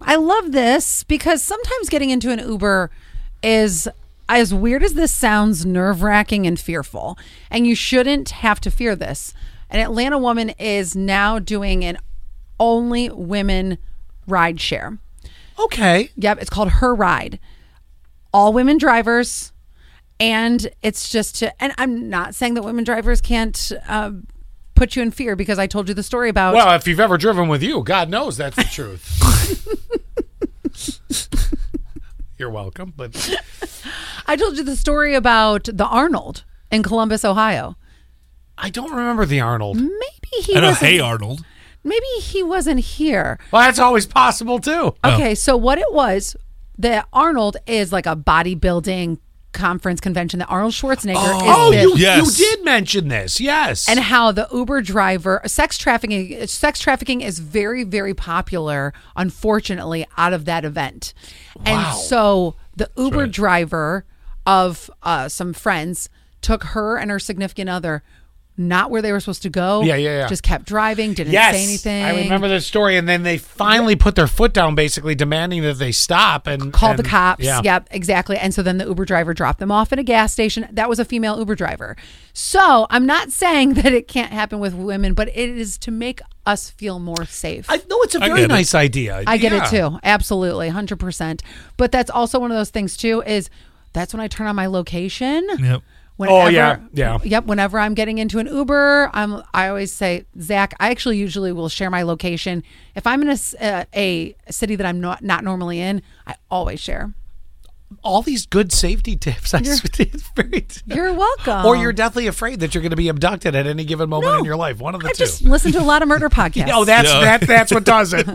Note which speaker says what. Speaker 1: I love this because sometimes getting into an Uber is as weird as this sounds, nerve wracking and fearful. And you shouldn't have to fear this. An Atlanta woman is now doing an only women ride share.
Speaker 2: Okay.
Speaker 1: Yep, it's called Her Ride. All women drivers, and it's just to. And I'm not saying that women drivers can't uh, put you in fear because I told you the story about.
Speaker 2: Well, if you've ever driven with you, God knows that's the truth. You're welcome, but
Speaker 1: I told you the story about the Arnold in Columbus, Ohio.
Speaker 2: I don't remember the Arnold.
Speaker 1: Hmm?
Speaker 2: Well,
Speaker 1: Maybe he
Speaker 3: I know.
Speaker 1: wasn't.
Speaker 3: Hey, Arnold.
Speaker 1: Maybe he wasn't here.
Speaker 2: that's always possible too.
Speaker 1: Okay, so what it was, the Arnold is like a bodybuilding conference convention. The Arnold Schwarzenegger.
Speaker 2: Oh,
Speaker 1: is the-
Speaker 2: you,
Speaker 3: Yes.
Speaker 2: you did mention this. Yes.
Speaker 1: and how the Uber driver sex trafficking sex trafficking is very very popular unfortunately out of that event.
Speaker 2: Wow.
Speaker 1: And so the Uber
Speaker 3: right.
Speaker 1: driver of uh, some friends took her and her significant other not where they were supposed to go.
Speaker 2: Yeah, yeah, yeah.
Speaker 1: Just kept driving, didn't
Speaker 2: yes.
Speaker 1: say anything.
Speaker 2: I remember this story. And then they finally put their foot down, basically demanding that they stop and
Speaker 1: Called the
Speaker 2: and-
Speaker 1: cops.
Speaker 2: Yeah.
Speaker 1: Yep, exactly. And so then the Uber driver dropped them off at a gas station. That was a female Uber driver. So I'm not saying that it can't happen with women, but it is to make us feel more safe.
Speaker 2: I know it's a
Speaker 3: I
Speaker 2: very
Speaker 3: get it.
Speaker 2: nice idea.
Speaker 1: I get
Speaker 2: Yeah.
Speaker 1: it too. Absolutely. 100%. But that's also one of those things too is that's when I turn on my location.
Speaker 3: Yep.
Speaker 1: Whenever,
Speaker 2: Oh, yeah, yeah.
Speaker 1: Yep. Whenever I'm getting into an Uber, I'm. I always say, Zach. I actually usually will share my location. If I'm in a, s- uh, a city that I'm not not normally in, I always share.
Speaker 2: All these good safety tips. I it's very.
Speaker 1: You're welcome.
Speaker 2: or you're deathly afraid that you're going to be abducted at any given moment
Speaker 1: Um, No.
Speaker 2: in your life. One of the
Speaker 1: I
Speaker 2: two.
Speaker 1: just listen to a lot of murder podcasts.
Speaker 2: Oh, that's
Speaker 3: Yeah.
Speaker 2: that. That's what does it.